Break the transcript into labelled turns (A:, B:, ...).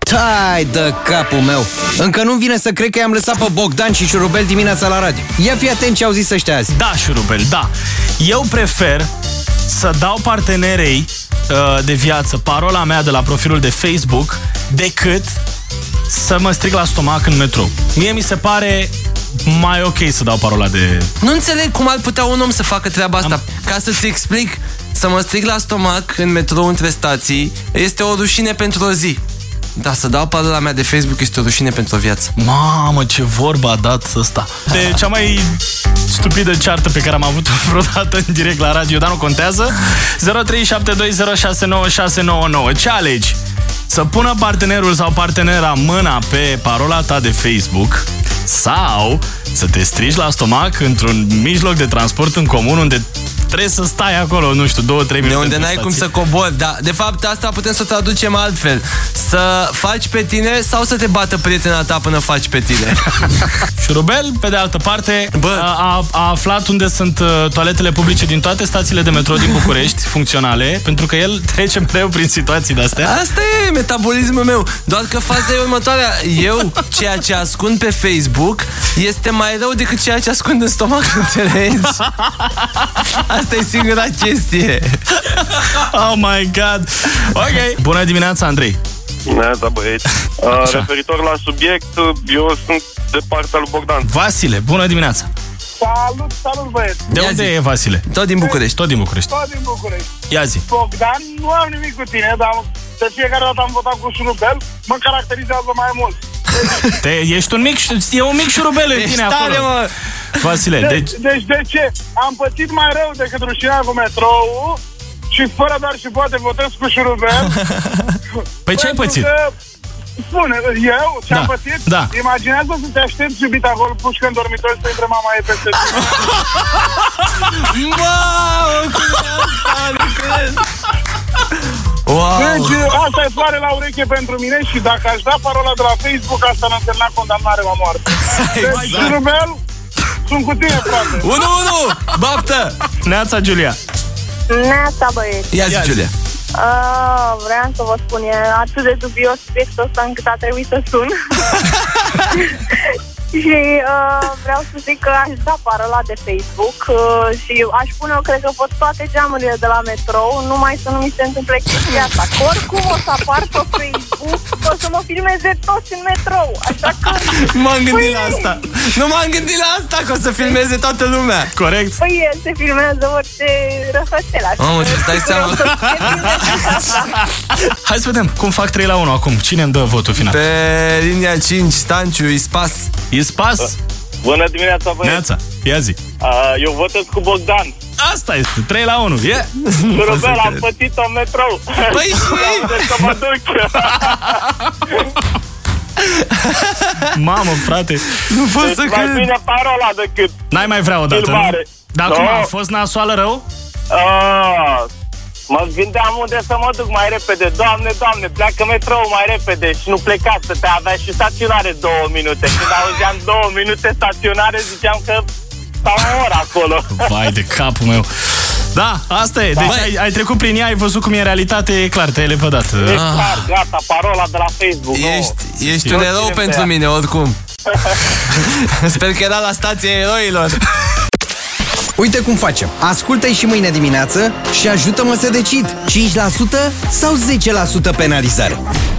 A: Tai de capul meu! Încă nu-mi vine să cred că i-am lăsat pe Bogdan și Șurubel dimineața la radio. Ia fi atent ce au zis ăștia azi.
B: Da, șurubel, da. Eu prefer să dau partenerei uh, de viață parola mea de la profilul de Facebook decât să mă strig la stomac în metrou. Mie mi se pare mai ok să dau parola de...
C: Nu înțeleg cum ar putea un om să facă treaba asta. Ca să-ți explic, să mă strig la stomac în metrou între stații este o rușine pentru o zi. Dar să dau parola mea de Facebook este o rușine pentru o viață.
B: Mamă, ce vorba a dat ăsta! De cea mai stupidă ceartă pe care am avut-o vreodată în direct la radio, dar nu contează. 0372069699. Ce alegi? Să pună partenerul sau partenera mâna pe parola ta de Facebook sau să te strigi la stomac într-un mijloc de transport în comun unde trebuie să stai acolo, nu știu, două, trei
C: De
B: minute.
C: unde
B: pe
C: n-ai cum
B: stație.
C: să cobori, dar de fapt asta putem să o traducem altfel. Să faci pe tine sau să te bată prietena ta până faci pe tine.
B: Șurubel, pe de altă parte,
C: Bă.
B: A, a aflat unde sunt uh, toaletele publice din toate stațiile de metrou din București, funcționale, pentru că el trece mereu prin situații de-astea.
C: Asta e metabolismul meu. Doar că faza e următoarea. Eu, ceea ce ascund pe Facebook, este mai rău decât ceea ce ascund în stomac, înțelegi? Asta e singura chestie.
B: Oh my god! Ok! Bună dimineața, Andrei!
D: Neața, da, băieți. Uh, referitor la subiect, eu sunt de partea lui Bogdan.
B: Vasile, bună dimineața!
E: Salut, salut băieți,
B: De
C: Ia
B: unde
C: zi.
B: e Vasile?
C: Tot din București.
B: Tot din București.
E: tot din București.
B: Ia zi.
E: Bogdan, nu am nimic cu tine, dar de fiecare dată am votat cu șurubel, mă caracterizează mai mult.
B: Te, ești un mic, ș- e un mic șurubel în tine acolo.
C: Tare, mă!
B: Vasile,
E: Deci,
B: deci...
E: deci de ce? Am pățit mai rău decât rușinea cu metrou și fără dar și poate votez cu șurubel.
B: Păi ce ai
E: pentru
B: pățit?
E: Că, spune, eu ce am
B: Da,
E: pățit?
B: da.
E: Imaginează să te aștepți iubita acolo, pușcă în dormitor să intre mama e peste tine.
C: Mamă, cum e asta? Nu cred. Wow!
E: Deci, asta e soare la ureche pentru mine și dacă aș da parola de la Facebook, asta n-a însemna condamnare la moarte. Deci,
C: Exact.
E: Rubel, sunt cu tine, frate.
C: 1-1! Baftă!
B: Neața, Giulia.
F: Neața, băieți.
C: Ia zi,
B: Ia zi.
C: Giulia.
F: Uh, vreau să vă spun, e atât de dubios subiectul ăsta încât a trebuit să sun. și uh, vreau să zic că aș da parola de Facebook uh, și aș pune-o, cred că, pe toate geamurile de la metrou, numai să nu mi se întâmple chestia asta. Că oricum o să apar pe Facebook, o să mă filmeze toți în metrou. Așa că,
C: M-am gândit
F: Păi-
C: la asta. Nu m-am gândit la asta, că o să filmeze toată lumea.
B: Corect.
F: păi, se filmează orice răfățel. așa
C: Mamă,
F: că
C: îți dai seama.
F: vreau să se filmeze asta.
B: Hai să vedem cum fac 3 la 1 acum. Cine îmi dă votul final?
C: Pe linia 5, Stanciu, Ispas.
B: Ispas?
D: Bună dimineața, băieți.
B: Neața. Ia zi.
D: Uh, eu votez cu Bogdan.
B: Asta este, 3 la 1. Yeah.
D: Rubel, am pățit-o în metrou.
C: Păi și...
D: Deci că mă duc.
B: Mamă, frate.
C: Nu pot să
D: Deci mai
C: cred.
D: bine parola decât...
B: N-ai mai vrea o dată, nu?
D: Filmare.
B: Dar cum
D: Da.
B: a fost nasoală rău?
D: Uh, mă gândeam unde să mă duc mai repede. Doamne, doamne, pleacă metrou mai repede și nu pleca să te avea și staționare două minute. Când auzeam două minute staționare, ziceam că stau o oră acolo.
B: Vai de capul meu. Da, asta e. Deci
C: Băi.
B: ai, ai trecut prin ea, ai văzut cum e în realitate, e clar, te-ai lepădat.
D: Deci, clar, gata, parola de la Facebook. nouă.
C: Ești, ești un erou pentru mine, oricum. Sper că era la stația eroilor.
A: Uite cum facem. Ascultă-i și mâine dimineață și ajută-mă să decid. 5% sau 10% penalizare?